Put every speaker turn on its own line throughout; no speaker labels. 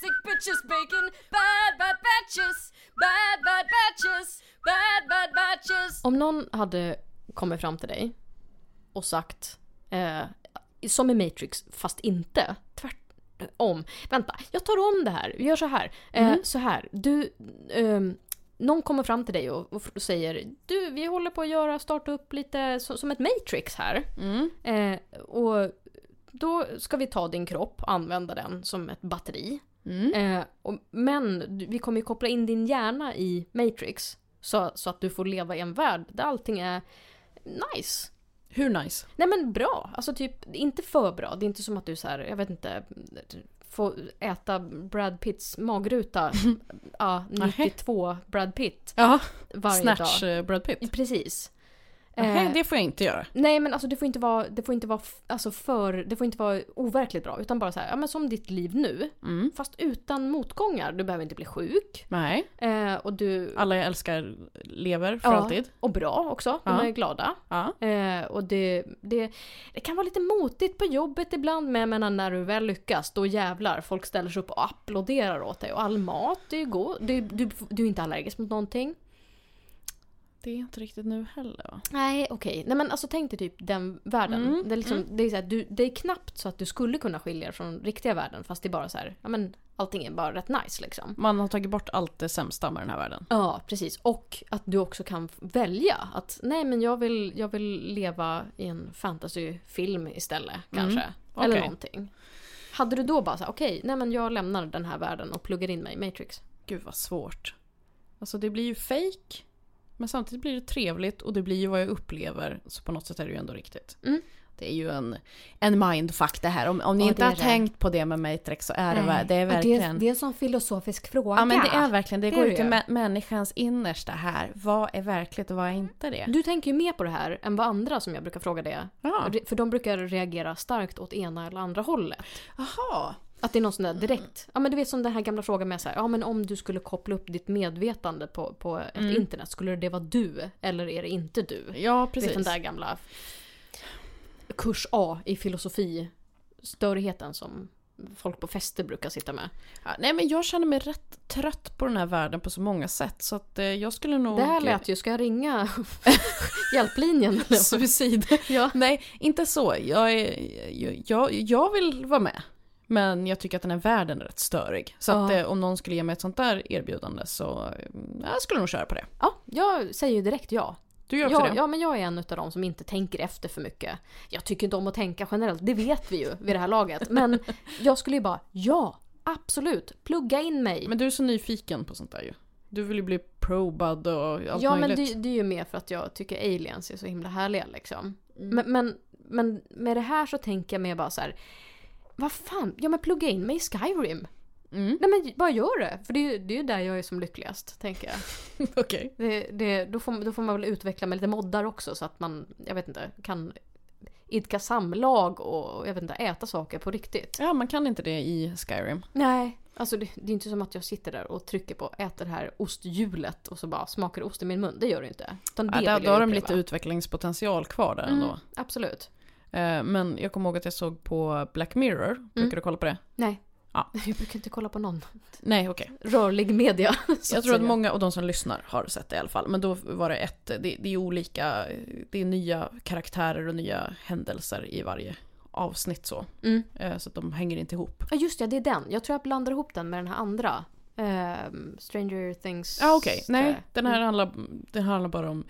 sandwiches, bacon, bad bad batches, bad bad batches, bad bad batches.
Om någon hade kommit fram till dig och sagt, eh, som i Matrix, fast inte, tvärtom. Vänta, jag tar om det här, vi gör så här. Eh,
Mm.
Så här, du... ehm, någon kommer fram till dig och, och f- säger du, vi håller på att göra, starta upp lite så, som ett Matrix här.
Mm.
Eh, och då ska vi ta din kropp, använda den som ett batteri.
Mm.
Eh, och, men du- vi kommer ju koppla in din hjärna i Matrix. Så, så att du får leva i en värld där allting är nice.
Hur nice?
Nej men bra. Alltså typ, inte för bra. Det är inte som att du så här, jag vet inte, får äta Brad Pitts magruta. ja,
Nähä.
92 Brad Pitt
Ja,
varje
Snatch
dag.
uh,
eh, Brad Pitt.
Precis.
Nej,
Eh,
det får jag inte göra.
Nej men alltså det får inte vara, det får inte vara, f- alltså för, det får inte vara overkligt bra utan bara så här, ja men som ditt liv nu.
Mm.
Fast utan motgångar. Du behöver inte bli sjuk.
Nej,
Eh, och du,
alla jag älskar lever för
Ja.
alltid.
och bra också, de
Ja.
är glada.
Ja.
Eh, och det, det, det kan vara lite motigt på jobbet ibland men jag menar när du väl lyckas då jävlar, folk ställer sig upp och applåderar åt dig. Och all mat, det är ju god. Du, du, du är inte allergisk mot någonting.
Det är inte riktigt nu heller va?
Nej okej, nej men alltså tänk dig typ den världen.
Mm,
Det, är liksom, det, är så här, du, det är knappt så att du skulle kunna skilja dig från riktiga världen fast det är bara så här, ja men allting är bara rätt nice liksom.
Man har tagit bort allt det sämsta med den här världen.
Ja precis och att du också kan f- välja att nej men jag vill, jag vill leva i en fantasyfilm istället kanske. Eller
Mm. okej.
någonting. Hade du då bara såhär okej, nej men jag lämnar den här världen och pluggar in mig i Matrix.
Gud vad svårt. Alltså det blir ju fake. Men samtidigt blir det trevligt och det blir ju vad jag upplever. Så på något sätt är det ju ändå riktigt.
Mm.
Det är ju en, en mindfuck det här. Om, om ni
Ja,
inte
det
har
är det.
tänkt på det med Matrix så är det, ver- det är verkligen...
är en sån filosofisk fråga.
ja men det är verkligen, det,
Det
går
är
ju
det
till
ju.
mä- människans innersta här. Vad är verkligt och vad är inte det?
Du tänker ju mer på det här än vad andra som jag brukar fråga det
Ja.
Re- För de brukar reagera starkt åt ena eller andra hållet.
Jaha.
Att det är någon sån
Mm.
där direkt, ja men du vet som den här gamla frågan med så här, ja men om du skulle koppla upp ditt medvetande på, på ett
Mm.
internet, skulle det vara du eller är det inte du?
Ja
Det är den
precis.
där gamla kurs A i filosofi, störigheten som folk på fester brukar sitta med.
Ja, nej men jag känner mig rätt trött på den här världen på så många sätt. Så att eh, jag skulle nog...
Det här lät ju, ska jag ringa hjälplinjen? eller?
Suicid.
ja.
Nej, inte så. Jag, är, jag- jag, jag vill vara med. Men jag tycker att den här världen är rätt störig. Så att,
Ja.
eh, om någon skulle ge mig ett sånt där erbjudande så mm, jag skulle nog köra på det.
ja, jag säger ju direkt ja.
Du gör också
Ja,
det?
ja, men jag är en av dem som inte tänker efter för mycket. Jag tycker inte om att tänka generellt, det vet vi ju vid det här laget. Men jag skulle ju bara, ja, absolut, plugga in mig.
Men du är så nyfiken på sånt där ju. Du vill ju bli probad och allt
ja, men
möjligt.
det, det är ju mer för att jag tycker aliens är så himla härliga liksom.
Mm.
Men, men, men med det här så tänker jag mer bara så här. Vad fan, ja men plugga in mig i Skyrim.
Mm.
Nej men bara gör det, för det är ju det är ju där jag är som lyckligast, tänker jag.
Okej.
Det, det, då, får, då får man väl utveckla med lite moddar också så att man, jag vet inte, kan idka samlag och jag vet inte, äta saker på riktigt.
Ja, man kan inte det i Skyrim.
Nej. Alltså det, det är inte som att jag sitter där och trycker på ät det här osthjulet och så bara smakar ost i min mun. Det gör det ju inte. Utan det
Ja, där,
vill
då
jag
har de
uppleva.
lite utvecklingspotential kvar där
mm,
ändå.
Absolut.
Eh, Men jag kommer ihåg att jag såg på Black Mirror. Brukar du kolla på det?
Nej.
Ja.
Jag brukar inte kolla på någon
Nej, okej.
rörlig media. så
jag tror att
säga.
många av de som lyssnar har sett det i alla fall. Men då var det ett, det, det är olika, det är nya karaktärer och nya händelser i varje avsnitt så.
Mm.
Eh, Så att de hänger inte ihop.
Ja just det, det är den. Jag tror jag blandar ihop den med den här andra. Ehm, Stranger Things.
Ja okej, nej. Den här
Mm.
handlar, den handlar bara om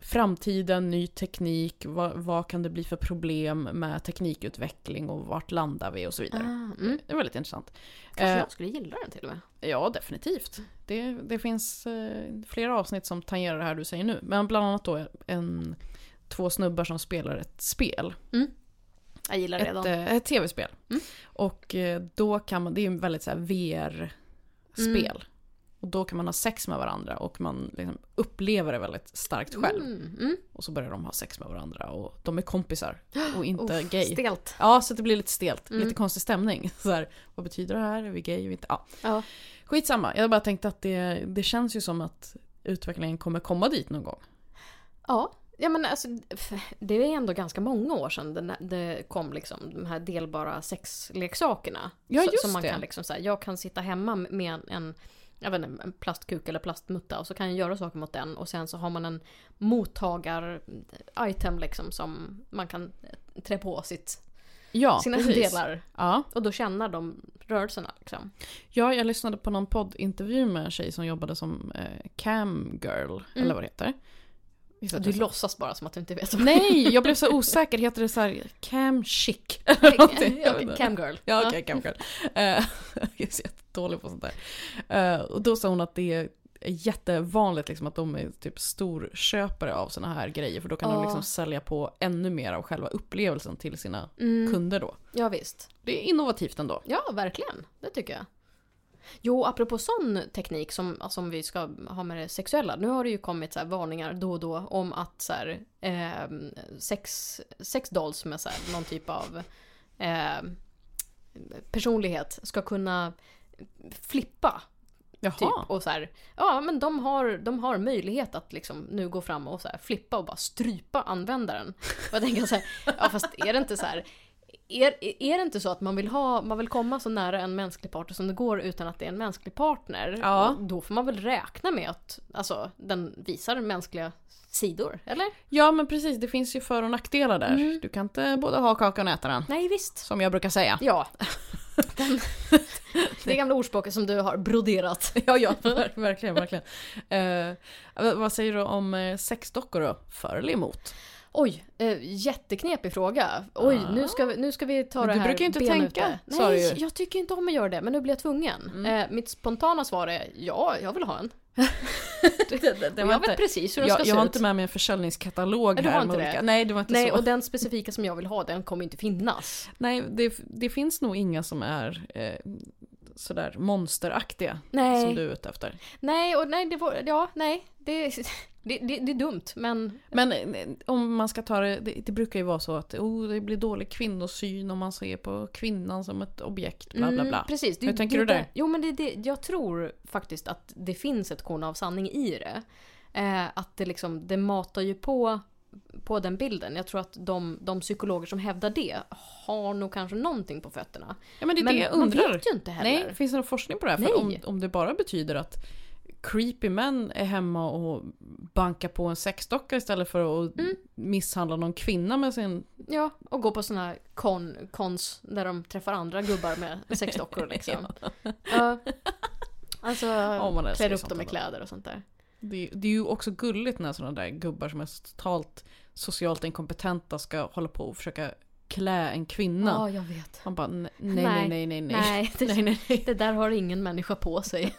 framtiden, ny teknik, vad, vad kan det bli för problem med teknikutveckling och vart landar vi och så vidare.
Ah, mm.
Det var lite intressant.
Kanske
Eh,
jag skulle gilla den till och med.
Ja, definitivt. Det, det finns eh, flera avsnitt som tangerar det här du säger nu. Men bland annat då en, två snubbar som spelar ett spel.
Jag gillar det
Ett,
redan.
eh, ett tv-spel.
Mm.
Och eh, då kan man, det är ju väldigt så här VR-spel.
Mm.
Och då kan man ha sex med varandra och man liksom upplever det väldigt starkt själv.
Mm, mm.
Och så börjar de ha sex med varandra och de är kompisar och inte
Uff,
gay.
Stelt.
Ja, så det blir lite stelt.
Mm.
Lite konstig stämning. Så här, vad betyder det här? Är vi gay? Är vi inte? Ja.
Ja.
Skitsamma, jag bara tänkte att det, det känns ju som att utvecklingen kommer komma dit någon gång.
Ja, Ja men alltså, f- det är ändå ganska många år sedan den- det kom liksom de här delbara sexleksakerna.
Ja,
Så-
just
Som man
det.
kan liksom så här, jag kan sitta hemma med en, en, jag vet inte, en plastkuk eller plastmutta och så kan jag göra saker mot den och sen så har man en mottagar-item liksom som man kan eh, trä på sitt,
Ja,
sina
precis.
delar.
Ja.
Och då känner de rörelserna liksom.
ja, jag lyssnade på någon poddintervju med en tjej som jobbade som eh, cam girl, eller vad det heter. Visst att
Mm. Du
jag-
låtsas bara som att du inte vet vad
Nej, jag blev så osäker. Heter det så här cam chic?
Okej, Camgirl.
Ja, okej, okay, kanske. Eh, jag är så jättedålig på sånt där. Eh, och då sa hon att det är jättevanligt liksom att de är typ storköpare av såna här grejer för då kan de
Ja.
liksom sälja på ännu mer av själva upplevelsen till sina
Mm,
kunder då.
ja, visst.
Det är innovativt ändå.
Ja, verkligen. Det tycker jag. Jo, apropå sån teknik som, som vi ska ha med det sexuella. Nu har det ju kommit så här varningar då och då om att så här, eh, sex, sex dolls med så här, någon typ av eh, personlighet ska kunna flippa.
Jaha.
Typ, och så här, ja men de har, de har möjlighet att liksom nu gå fram och så här, flippa och bara strypa användaren. Och jag tänker så här, ja fast är det inte så här, är, är det inte så att man vill, ha, man vill komma så nära en mänsklig partner som det går utan att det är en mänsklig partner?
Ja.
Och Då får man väl räkna med att alltså, den visar mänskliga sidor, eller?
Ja men precis, det finns ju för och nackdelar där.
Mm.
Du kan inte både ha kakan och äta den.
Nej visst.
Som jag brukar säga.
Ja. Den, det gamla ordspråket som du har broderat.
Ja, ja ver- verkligen. verkligen. Eh, vad- vad säger du om eh, sexdockor då? För eller emot?
Oj, eh, jätteknepig fråga. Oj,
Ah.
nu, ska vi, nu ska vi ta
Men
det
du
här
brukar ju inte
benet
tänka,
ute.
sa du ju.
Nej, jag tycker inte om att göra det, men nu blir jag tvungen. Eh, mitt spontana svar är ja, jag vill ha en. Och jag vet precis hur den ska
jag,
se
jag har
ut.
inte med mig en försäljningskatalog
Nej, du
här.
har
med
inte det?
olika- Nej, det var inte
Nej,
så.
och den specifika som jag vill ha, den kommer inte finnas.
Nej, det, det finns nog inga som är eh, sådär monsteraktiga som
Nej,
du är ute efter.
nej, och nej, det var, ja, nej, det, det, det, det är dumt, men
Men eh, om man ska ta det, det, det brukar ju vara så att oh, det blir dålig kvinnosyn om man ser på kvinnan som ett objekt, bla bla
Mm,
bla.
precis. Det-
Hur tänker
det-
du där?
Jo, men det, det, jag tror faktiskt att det finns ett korn av sanning i det. Eh, att det, liksom, det matar ju på, på den bilden. Jag tror att de, de psykologer som hävdar det har nog kanske någonting på fötterna.
Ja, men det är
men
det jag undrar.
man vet ju inte heller.
Nej, finns det någon forskning på det här? För om,
Nej.
om det bara betyder att creepy män är hemma och bankar på en sexdocka istället för att
Mm.
misshandla någon kvinna med sin...
Ja, och gå på såna här kon, kons där de träffar andra gubbar med sexdockor liksom. ja. Alltså,
man älskar
klär
ju
upp
sånt
dem i
ändå.
kläder och sånt där.
Det, det är ju också gulligt när sådana där gubbar som är totalt socialt inkompetenta ska hålla på och försöka klä en kvinna.
Ja, jag vet.
Man bara "Ne- nej,
Nej.
nej, nej, nej, nej.
Nej, det,
nej, nej.
det där har ingen människa på sig.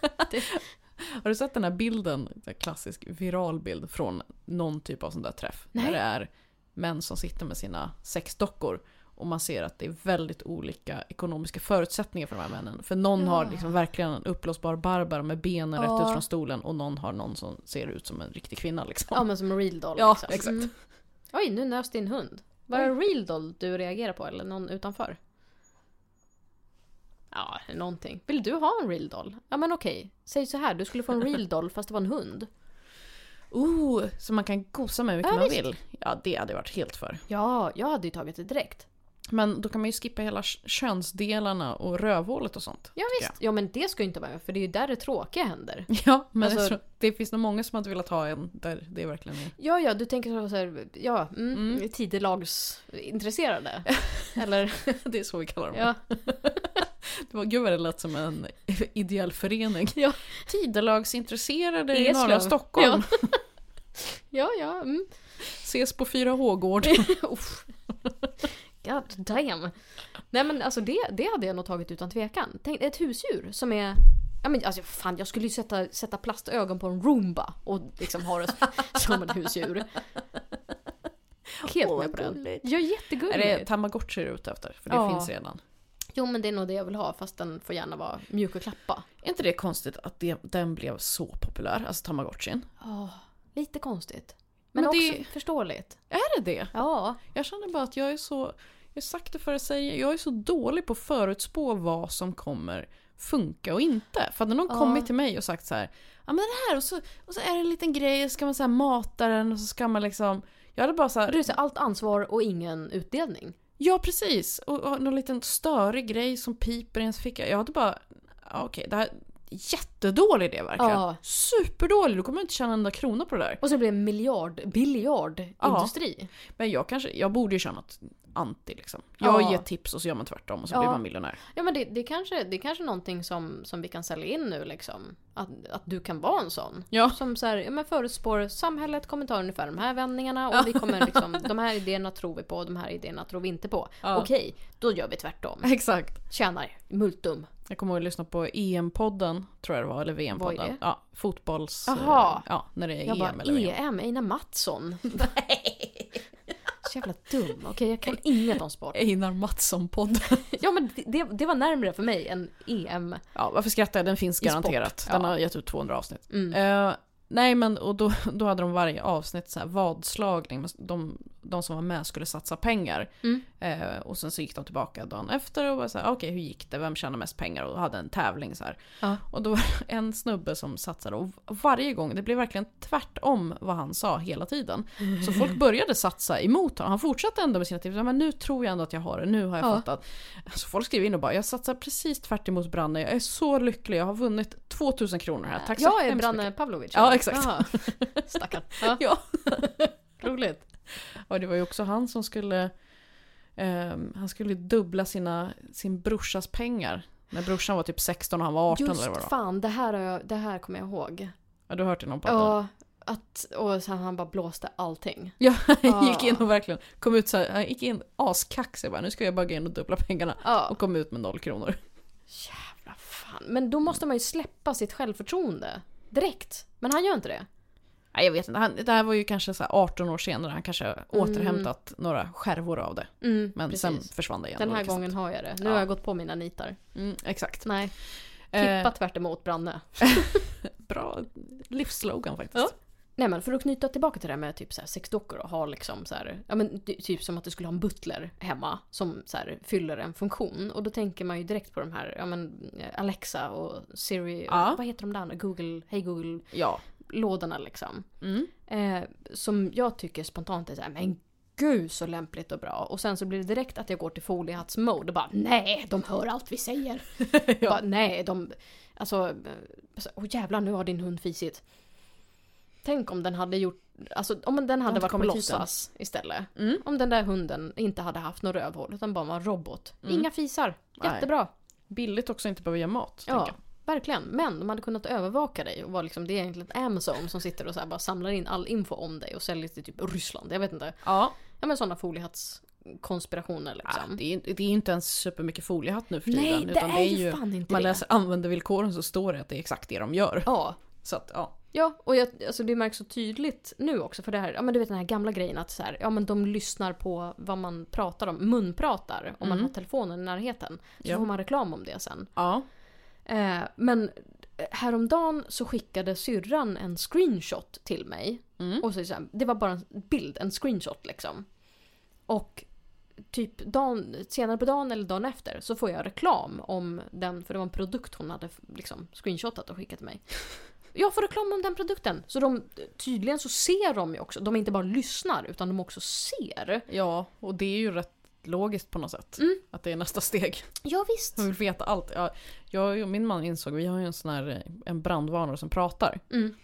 Har du sett den här bilden, den här klassisk viral bild från någon typ av sån där träff?
Nej.
Där det är män som sitter med sina sexdockor och man ser att det är väldigt olika ekonomiska förutsättningar för de här männen. För någon
Ja.
har liksom verkligen en uppblåsbar barbar med benen
Ja.
rätt ut från stolen och någon har någon som ser ut som en riktig kvinna liksom.
Ja men som en real doll
Ja,
liksom.
exakt.
Mm. Oj, nu nös din hund. Var det en real doll du reagerade på eller någon utanför? Ja, någonting. Vill du ha en real doll? Ja men okej, säg så här, du skulle få en real doll fast det var en hund.
Oh, så man kan gosa med hur mycket
Ja,
man
visst.
vill. Ja, det hade jag varit helt för.
Ja, jag hade ju tagit det direkt.
Men då kan man ju skippa hela k- könsdelarna och rövhålet och sånt.
Ja
tycker
visst. Ja men det ska ju inte vara med för det är ju där det tråkiga händer.
jag. Ja, men
Alltså-
jag tror, det finns nog många som hade velat ha en där det verkligen är
Ja, ja, du tänker så här, ja, mm,
Mm.
tidelagsintresserade. Eller,
Det är så vi kallar dem.
ja.
Det var, gud vad det lät som en ideell förening.
Ja.
Tidelagsintresserade i
Eslöv.
norra Stockholm.
Ja, ja. Mm.
Ses på 4H-gård.
Uff. God damn. Nej men alltså det, det hade jag nog tagit utan tvekan. Tänk, ett husdjur som är... Ja, men alltså, fan, jag skulle ju sätta, sätta plastögon på en Roomba och liksom ha det som- som ett husdjur. Helt
Åh,
med på den.
gulligt.
Ja,
Är det
jättegulligt.
tamagotchi du är ute efter? För det
Ja.
finns redan.
Jo men det är nog det jag vill ha fast den får gärna vara mjuk och klappa.
Är inte det konstigt att det, den blev så populär, alltså tamagotchin?
Oh, lite konstigt. Men,
Men det-
också förståeligt.
Är det det?
Ja.
Jag känner bara att jag är så, jag har sagt det för att säga, jag är så dålig på att förutspå vad som kommer funka och inte. För hade någon
Ja.
kommit till mig och sagt så här, ja men det här och så, och så är det en liten grej, så ska man så här mata den och så ska man liksom Jag hade bara så här,
Du ser allt ansvar och ingen utdelning.
ja precis. Och, och någon liten störig grej som piper i ens ficka. Jag hade bara, ja, okej det här är jättedålig idé verkligen.
Ja.
Superdålig, du kommer inte tjäna en enda krona på det där.
Och så blir det en miljard, biljardindustri.
Men jag kanske, jag borde ju köra något anti liksom. Jag
Ja.
ger tips och så gör man tvärtom och så
Ja.
blir man miljonär.
Ja men det, det kanske det kanske är någonting som, som vi kan sälja in nu liksom. Att, att du kan vara en sån.
Ja.
Som så här, ja, men förutspår samhället kommer ta ungefär de här vändningarna och
Ja.
vi kommer liksom, de här idéerna tror vi på och de här idéerna tror vi inte på.
Ja.
Okej, då gör vi tvärtom.
Exakt.
Tjänar multum.
Jag kommer att lyssna på EM-podden, tror jag det var, eller VM-podden.
Vad är det?
Ja, fotbolls...
Jaha.
eh, Ja, när det är
Jag
EM
bara,
eller VM.
EM, Einar Mattsson. Så jävla dum. Okej, jag kan inget om sport.
Einar Mattsson-podden.
Ja men det- det, det var närmre för mig än EM.
Ja, varför skrattar jag? Den finns
I sport.
garanterat. Den
Ja.
har gett ut 200 avsnitt.
Mm.
Eh, nej men och då, då hade de varje avsnitt så här vadslagning. Men De, de som var med skulle satsa pengar.
Mm.
Eh, och sen så gick de tillbaka dagen efter och bara så här, "Ah, okej hur gick det? Vem tjänar mest pengar? Och hade en tävling så här.
Ja.
Och då var det en snubbe som satsade och varje gång, det blev verkligen tvärtom vad han sa hela tiden. Så folk började satsa emot honom. Han fortsatte ändå med sina tips. Men nu tror jag ändå att jag har det, nu har jag
Ja.
fattat. Så folk skrev in och bara, jag satsar precis tvärt emot Branne. Jag är så lycklig, jag har vunnit 2000 kronor här. Tack så
jag är
hemskt
Branne Pavlovic.
Ja, exakt.
Jaha. Stackarn. Ja.
Ja.
Roligt.
Och det var ju också han som skulle ehm, han skulle dubbla sina, sin brorsas pengar. När brorsan var typ 16 och han var 18 eller vad det
Just
var.
fan, det här, har jag, det här kommer jag ihåg.
Ja, du har hört det i någon podd? eller?
Ja, att, och sen han bara blåste allting.
Ja, han
Ja.
gick in och verkligen kom ut så här, han gick in askaxig bara, nu ska jag bara gå in och dubbla pengarna.
Ja.
Och kom ut med noll kronor.
Jävla fan. Men då måste man ju släppa sitt självförtroende. Direkt. Men han gör inte det.
Nej jag vet inte, han, det här var ju kanske så här 18 år senare, han kanske har återhämtat några skärvor av det.
Mm,
Men
precis.
sen försvann det igen.
Den
och
här
liksom-
gången har jag det. Nu
Ja.
har jag gått på mina nitar.
Mm, exakt.
Nej,
Eh,
klippa tvärt emot Branne.
bra livsslogan faktiskt.
Ja. Nej men för att knyta tillbaka till det här med typ så här sexdockor och ha liksom så här, ja men ty- typ som att du skulle ha en butler hemma som så här fyller en funktion. Och då tänker man ju direkt på de här, ja men eh, Alexa och Siri, och
Ja.
vad heter de där andra? Google, Hey Google,
Ja.
lådorna liksom.
Mm.
Eh, som jag tycker spontant är så här, men gud så lämpligt och bra. Och sen så blir det direkt att jag går till foliehatts-mode och bara nej, de hör allt vi säger. bara, nej, de, alltså, eh, åh jävlar nu har din hund fisit. Tänk om den hade gjort, alltså om den hade
inte
varit på
kommit hit än.
låtsas istället.
Mm.
Om den där hunden inte hade haft något rövhål utan bara var en robot. Inga fisar,
Mm. Nej.
jättebra.
Billigt också att inte behöva ge mat.
Ja,
tänker jag.
verkligen. Men de hade kunnat övervaka dig och var liksom, det är egentligen Amazon som sitter och så här bara samlar in all info om dig och säljer till typ Ryssland. Jag vet inte.
ja.
Ja men sådana foliehattskonspirationer liksom.
Ah, det, är, ju inte- det är ju inte ens supermycket foliehatt nu för tiden.
Nej, det
utan
är ju fan inte
Man
det.
läser användarvillkoren så står det att det är exakt det de gör.
Ja.
Så att, ja.
Ja, och jag, alltså det märks så tydligt nu också för det här, ja men du vet den här gamla grejen att så här, ja men de lyssnar på vad man pratar om, munpratar, om man
Mm.
har telefonen i närheten. Så
Ja.
får man reklam om det sen.
ja.
Eh, men eh, häromdagen så skickade syrran en screenshot till mig.
Mm.
Och så, är det så här, det var bara en bild, en screenshot liksom. Och typ dagen, senare på dagen eller dagen efter så får jag reklam om den, för det var en produkt hon hade liksom screenshotat och skickat till mig. Jag får reklam om den produkten. Så de, tydligen så ser de ju också, de inte bara lyssnar utan de också ser.
ja, och det är ju rätt logiskt på något sätt.
Mm.
Att det är nästa steg.
Ja visst.
Man vill veta allt. Ja, jag och min man insåg, vi har ju en sån här eh, en brandvarnare som pratar.
Mm.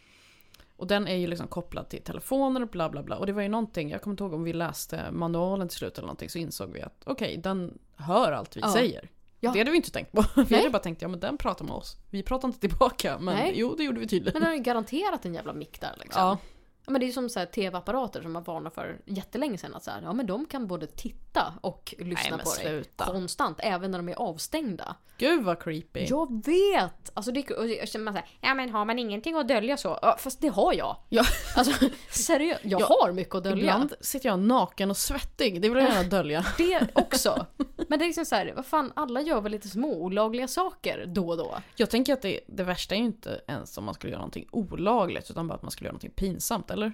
Och den är ju liksom kopplad till telefoner och bla bla bla. Och det var ju någonting, jag kommer inte ihåg om vi läste manualen till slut eller någonting, så insåg vi att okej, den hör allt vi
Ja.
säger.
Ja.
Det hade vi inte tänkt på. Vi
Nej.
hade bara tänkt, ja men den pratar med oss. Vi pratar inte tillbaka, men
Nej.
jo det gjorde vi tydligen.
Men den har ju garanterat en jävla mick där liksom.
Ja.
Ja, men det är ju som så här tv-apparater som man varnar för jättelänge sedan. Att så här, ja, men de kan både titta och lyssna
men
på dig
sluta.
konstant, även när de är avstängda.
Gud vad creepy.
Jag vet! Alltså det, och jag känner man så här, ja men har man ingenting att dölja så? Ja, Fast det har jag!
Ja.
Alltså seriöst, jag
Ja,
har mycket att dölja.
Ibland sitter jag naken och svettig, det vill jag gärna dölja.
Det också. Men det är liksom så här, vad fan, alla gör väl lite små olagliga saker då och då?
Jag tänker att det, det värsta är ju inte ens om man skulle göra någonting olagligt utan bara att man skulle göra någonting pinsamt, eller?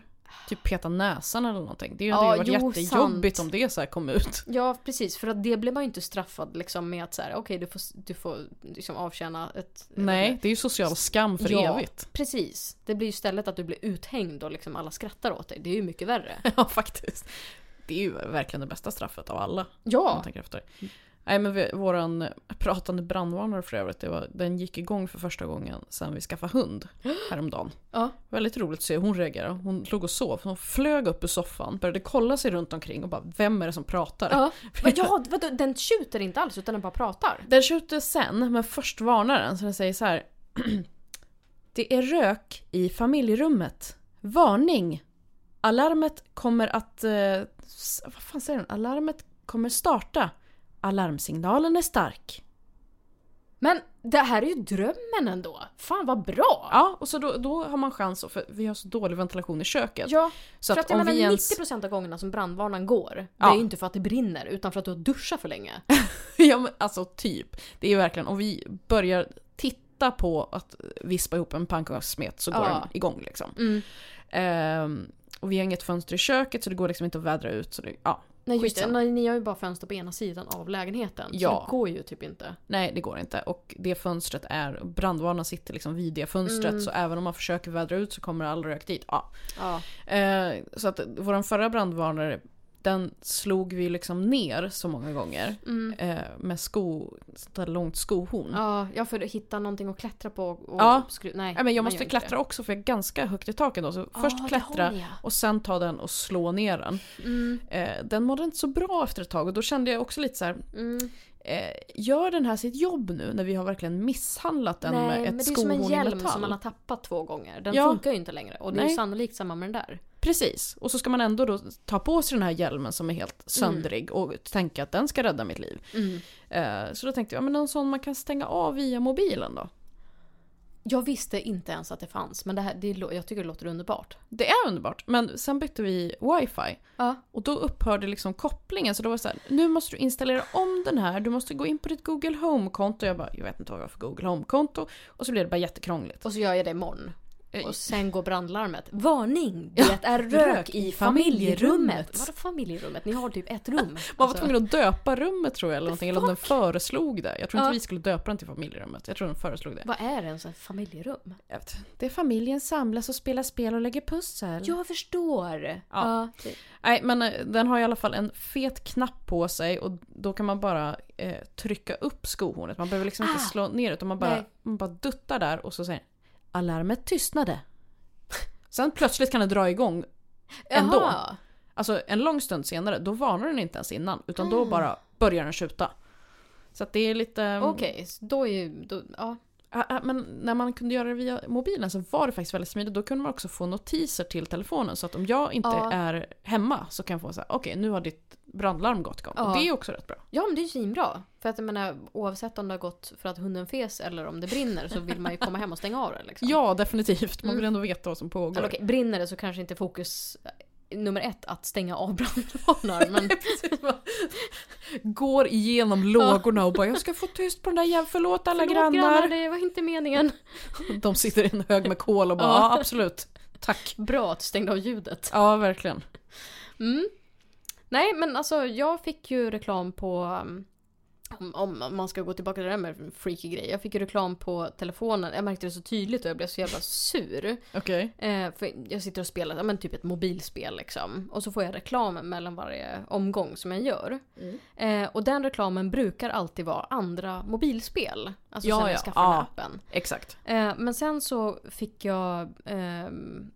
Typ peta näsan eller någonting. Det hade
Ja,
ju varit
jo,
jättejobbigt
sant.
om det så här kom ut.
Ja, precis. För att det blir man ju inte straffad liksom med att så här, okej du får, du får liksom avtjäna ett...
Nej, det är ju social skam för
Ja.
evigt.
Precis. Det blir ju istället att du blir uthängd och liksom alla skrattar åt dig. Det är ju mycket värre.
Ja, faktiskt. Det är ju verkligen det bästa straffet av alla. om man
Ja.
tänker efter. Nej men vi, våran pratande brandvarnare för övrigt, det var, den gick igång för första gången sen vi skaffade hund häromdagen.
Ja.
Väldigt roligt att se hur hon reagerade. Hon låg och sov, hon flög upp ur soffan, började kolla sig runt omkring och bara “Vem är det som pratar?”
Ja, Men ja vadå, den tjuter inte alls utan den bara pratar.
Den skjuter sen, men först varnar den. Så den säger så här. Det är rök i familjerummet. Varning! Alarmet kommer att... Eh, s- vad fan säger den? Alarmet kommer starta. Alarmsignalen är stark.
Men det här är ju drömmen ändå. Fan vad bra!
Ja, och så då, då har man chans, att- för vi har så dålig ventilation i köket.
Ja,
så
för
att,
att jag
om
menar
vi ens...
90% av gångerna som brandvarnaren går, det
Ja.
är ju inte för att det brinner utan för att du har duschat för länge.
ja, men, alltså typ. Det är ju verkligen, om vi börjar titta på att vispa ihop en pannkakssmet så går
Ja.
den igång liksom.
Mm.
Ehm, och vi har inget fönster i köket så det går liksom inte att vädra ut. Så det, ja.
Nej just det,
Skitsamma.
Nej, ni har ju bara fönster på ena sidan av lägenheten. Så
Ja.
det går ju typ inte.
Nej, det går inte. Och det fönstret är, brandvarnarna sitter liksom vid det fönstret
Mm.
så även om man försöker vädra ut så kommer all rök dit. Ja.
Ja.
Eh, så att vår förra brandvarnare, den slog vi liksom ner så många gånger.
Mm.
Eh, med sko, sånt där långt skohorn.
Ja, ja, för att hitta någonting att klättra på och och
Ja.
skru- Nej,
Nej, men jag
man gör
måste
inte
klättra också för jag är ganska högt i taket då. Så
det. Ja,
först
det
klättra
har ni, ja.
och sen ta den och slå ner den.
Mm,
Eh, den mådde inte så bra efter ett tag och då kände jag också lite så här.
mm.
Eh, gör den här sitt jobb nu när vi har verkligen misshandlat den
Nej,
med
men det
ett
är ju som
skohorn
en
i
hjälm
metall?
som man har tappat två gånger. Den
Ja.
funkar ju inte längre. Och det är ju
Nej.
sannolikt samma med den där.
Precis, och så ska man ändå då ta på sig den här hjälmen som är
Mm.
helt söndrig och tänka att den ska rädda mitt liv. Eh, så då tänkte jag, men någon sån man kan stänga av via mobilen då?
Jag visste inte ens att det fanns, men det här, det, lå- jag tycker det låter underbart.
Det är underbart, men sen bytte vi wifi
Ja.
och då upphörde liksom kopplingen så då var det så här, nu måste du installera om den här, du måste gå in på ditt Google Home-konto. Jag bara, jag vet inte vad jag har för Google Home-konto. Och så blev det bara jättekrångligt.
Och så gör jag det imorgon.
Eh,
Och sen går brandlarmet. Varning! Det är rök i familjerummet! Vadå familjerummet? Ni har typ ett rum.
Man var
Alltså,
tvungen att döpa rummet tror jag eller någonting, eller om den föreslog det. Jag tror inte
Ja.
vi skulle döpa den till familjerummet, jag tror den föreslog det.
Vad är ens ett familjerum?
Jag vet. Det är familjen samlas och spelar spel och lägger pussel.
Jag förstår! Ja. typ. det-
Nej men eh, den har i alla fall en fet knapp på sig och då kan man bara eh, trycka upp skohornet. Man behöver liksom
Ah.
inte slå ner utan man bara,
Nej.
man bara duttar där och så säger den, alarmet tystnade. Sen plötsligt kan den dra igång. Ändå.
Jaha.
Alltså en lång stund senare, då varnar den inte ens innan utan då
Ah.
bara börjar den skjuta. Så att det är lite... ehm,
Okej, så då är ju... Då, ja.
Ja, ja, Ah, Men när man kunde göra det via mobilen så var det faktiskt väldigt smidigt. Då kunde man också få notiser till telefonen. Så att om jag inte
Ja.
är hemma så kan jag få så här, okej nu har ditt brandlarm gått igång.
Ja.
Och det är också rätt bra.
ja, men det är ju svinbra. För att jag menar, oavsett om det har gått för att hunden fes eller om det brinner så vill man ju komma hem och stänga av det liksom.
Ja, definitivt. Man
Mm.
vill ändå veta vad som pågår.
Eller okej, brinner det så kanske inte fokus eh, nummer ett att stänga av brandvarnaren. Men
Går igenom lågorna och bara, jag ska få tyst på den där jäveln, förlåt alla
Förlåt,
grannar.
det var inte meningen.
De sitter i en hög med kol och bara,
Ja.
ja. absolut. Tack.
Bra att du stängde av ljudet.
Ja, verkligen.
Mm. Nej men alltså jag fick ju reklam på um, om, om om man ska gå tillbaka till det där med freaky grejer. Jag fick ju reklam på telefonen. Jag märkte det så tydligt och jag blev så jävla sur.
Okej.
Eh, för jag sitter och spelar ja, men typ ett mobilspel liksom. Och så får jag reklam mellan varje omgång som jag gör.
Mm.
Eh, och den reklamen brukar alltid vara andra mobilspel. Alltså
Ja,
sen när jag
ja.
skaffade
Ja.
appen.
Exakt.
Eh, men sen så fick jag, eh,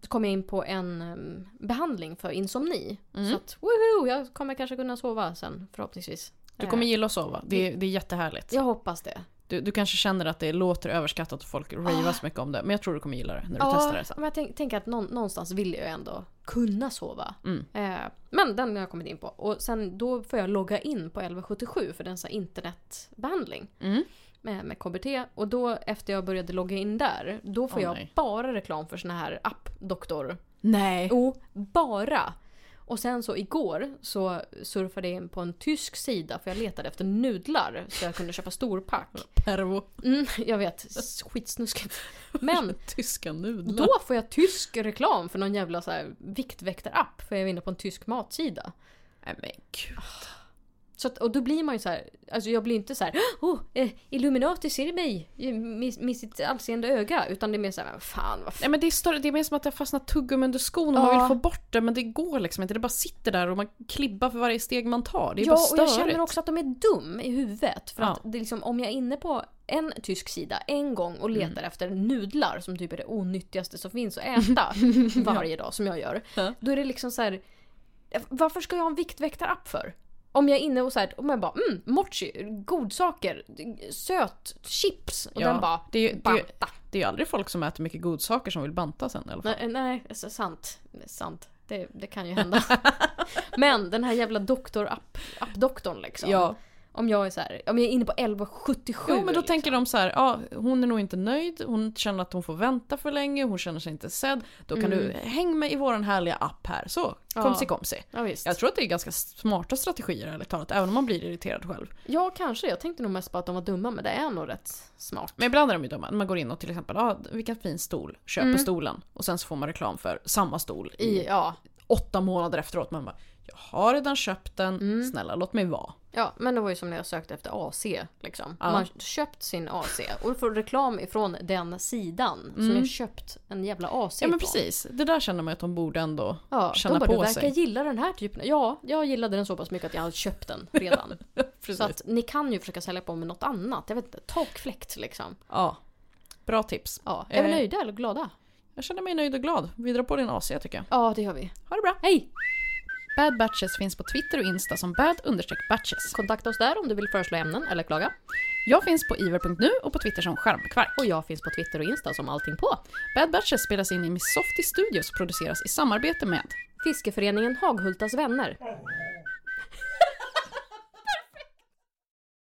så kom jag in på en eh, behandling för insomni.
Mm.
Så att woho, jag kommer kanske kunna sova sen förhoppningsvis.
Du kommer
eh,
gilla att sova. Det är, det är jättehärligt.
jag hoppas det.
Du, du kanske känner att det låter överskattat och folk ravar så mycket om det. Men jag tror du kommer gilla det när du
Ja,
testar det sen.
men jag tänk- tänker att någon, någonstans vill jag ändå kunna sova.
Mm.
Eh, men den har jag kommit in på. Och sen då får jag logga in på 1177 för den sa internetbehandling.
Mm.
med, med KBT och då efter jag började logga in där, då får
Åh,
jag
nej.
bara reklam för såna här app-doktor.
Nej.
Jo, bara! Och sen så igår så surfade jag in på en tysk sida för jag letade efter nudlar så jag kunde köpa storpack.
Pervo.
Mm, jag vet, skitsnuskigt. Men
Tyska nudlar.
då får jag tysk reklam för någon jävla så här viktväktarapp för jag var inne på en tysk matsida.
Nej men gud.
Så att, och då blir man ju så här, alltså jag blir inte så här, oh, eh, Illuminati ser mig med, med sitt allseende öga. Utan det är mer så här, "Men fan vad
Nej men det är, större, det är mer som att jag fastnat tuggummi under skon och man
Ja.
vill få bort det men det går liksom inte. Det bara sitter där och man klibbar för varje steg man tar. Det är bara
Ja, och
störigt.
jag känner också att de är dum i huvudet. För
Ja.
att det är liksom, om jag är inne på en tysk sida en gång och
Mm.
letar efter nudlar som typ är det onyttigaste som finns att äta varje dag som jag gör.
Ja.
Då är det liksom så här. Varför ska jag ha en viktväktarapp för? Om jag är inne och så här, om jag bara mm, mochi, godsaker, söt, chips. Och
Ja,
den bara
det är ju- det är ju-
banta.
Det är ju aldrig folk som äter mycket godsaker som vill banta sen i alla fall.
Nej, nej alltså, sant. sant. Det, det kan ju hända. Men den här jävla doktor-app-doktorn liksom.
Ja.
Om jag är så här, om jag är inne på 1177.
Jo men då
liksom.
tänker de så här, ja hon är nog inte nöjd, hon känner att hon får vänta för länge, hon känner sig inte sedd. Då kan du, häng med i våran härliga app här, så
Mm. Ja.
komsi komsi.
Ja, visst.
Jag tror att det är ganska smarta strategier ärligt talat, även om man blir irriterad själv.
Ja, kanske. Jag tänkte nog mest på att de var dumma, men det är nog rätt smart.
Men ibland är de ju dumma. När man går in och till exempel, ah, vilken fin stol, köper
Mm.
stolen. Och sen så får man reklam för samma stol i
I, ja,
åtta månader efteråt. Man bara, jag har redan köpt den,
Mm.
snälla låt mig vara.
ja, men det var ju som när jag sökte efter AC. Liksom.
Ja.
Man har köpt sin AC och får reklam ifrån den sidan som
Mm.
jag köpt en jävla AC
Ja men
ifrån.
precis, det där känner man ju att de borde ändå.
Ja,
Känna
de bara,
på
du verkar
sig."
gilla den här typen. Ja, jag gillade den så pass mycket att jag hade köpt den redan.
Precis.
så att ni kan ju försöka sälja på med något annat. Jag vet inte, takfläkt liksom.
Ja. Bra tips.
Ja, är vi
Eh.
nöjda eller glada?
Jag känner mig nöjd och glad. Vi drar på din AC tycker jag.
Ja, det gör vi.
Ha det bra.
Hej!
Bad Batches finns på Twitter och Insta som bad-batches.
Kontakta oss där om du vill föreslå ämnen eller klaga.
Jag finns på iver.nu och på Twitter som skärmkvark.
Och jag finns på Twitter och Insta som allting på.
Bad Batches spelas in i Missofty Studios och produceras i samarbete med
Fiskeföreningen Haghultas vänner.